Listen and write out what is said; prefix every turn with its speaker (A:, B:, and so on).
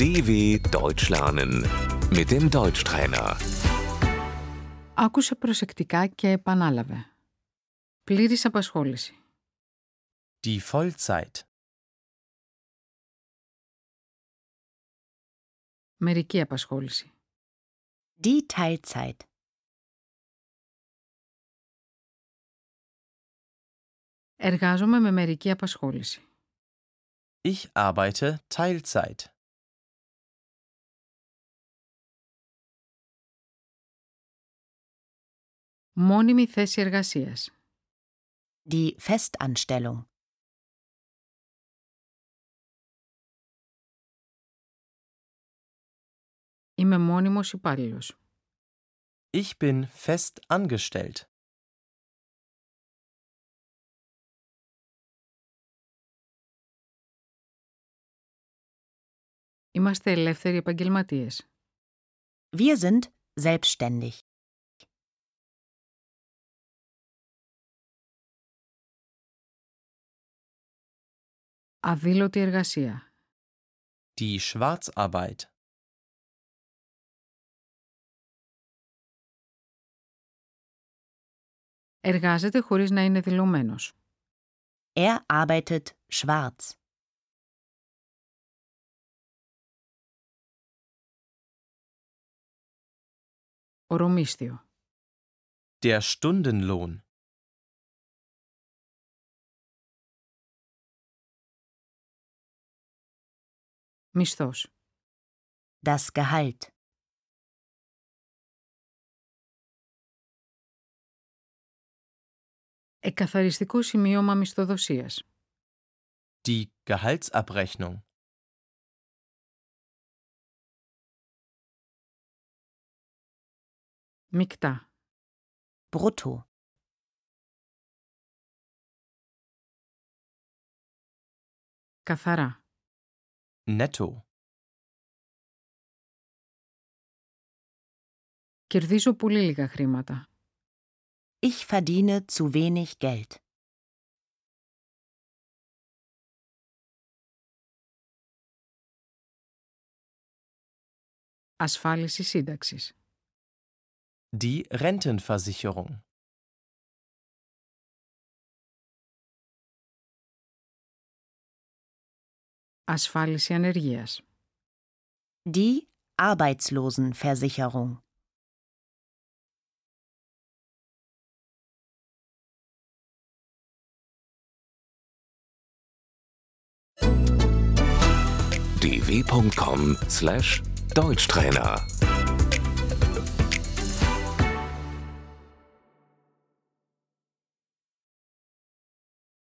A: DW Deutsch lernen mit dem Deutschtrainer.
B: Άκουσε προσεκτικά και επανάλαβε. Πλήρης απασχόληση.
C: Die Vollzeit.
B: Μερική απασχόληση.
D: Die Teilzeit.
B: Εργάζομαι με μερική απασχόληση.
C: Ich arbeite Teilzeit.
B: Μόνιμη θέση εργασίας.
D: Die Festanstellung.
B: Είμαι μόνιμος υπάλληλος.
C: Ich bin fest angestellt.
B: Είμαστε ελεύθεροι επαγγελματίες.
D: Wir sind selbstständig.
B: Αδήλωτη εργασία.
C: Die Schwarzarbeit.
B: Εργάζεται χωρίς να είναι δηλωμένος.
D: Er arbeitet schwarz.
B: Ορομίσθιο.
C: Der Stundenlohn.
B: Μισθός.
D: Das Gehalt.
B: Εκαθαριστικό σημείωμα μισθοδοσίας.
C: Die Gehaltsabrechnung.
B: Μικτά.
D: Brutto.
B: Καθαρά.
C: Netto.
B: Κερδίζω πολύ λίγα χρήματα.
D: Ich verdiene zu wenig Geld.
B: Ασφάλιση σύνταξης.
C: Die Rentenversicherung.
B: Ασφάλιση ανεργίας.
D: Die Arbeitslosenversicherung.
A: dw.com/deutschtrainer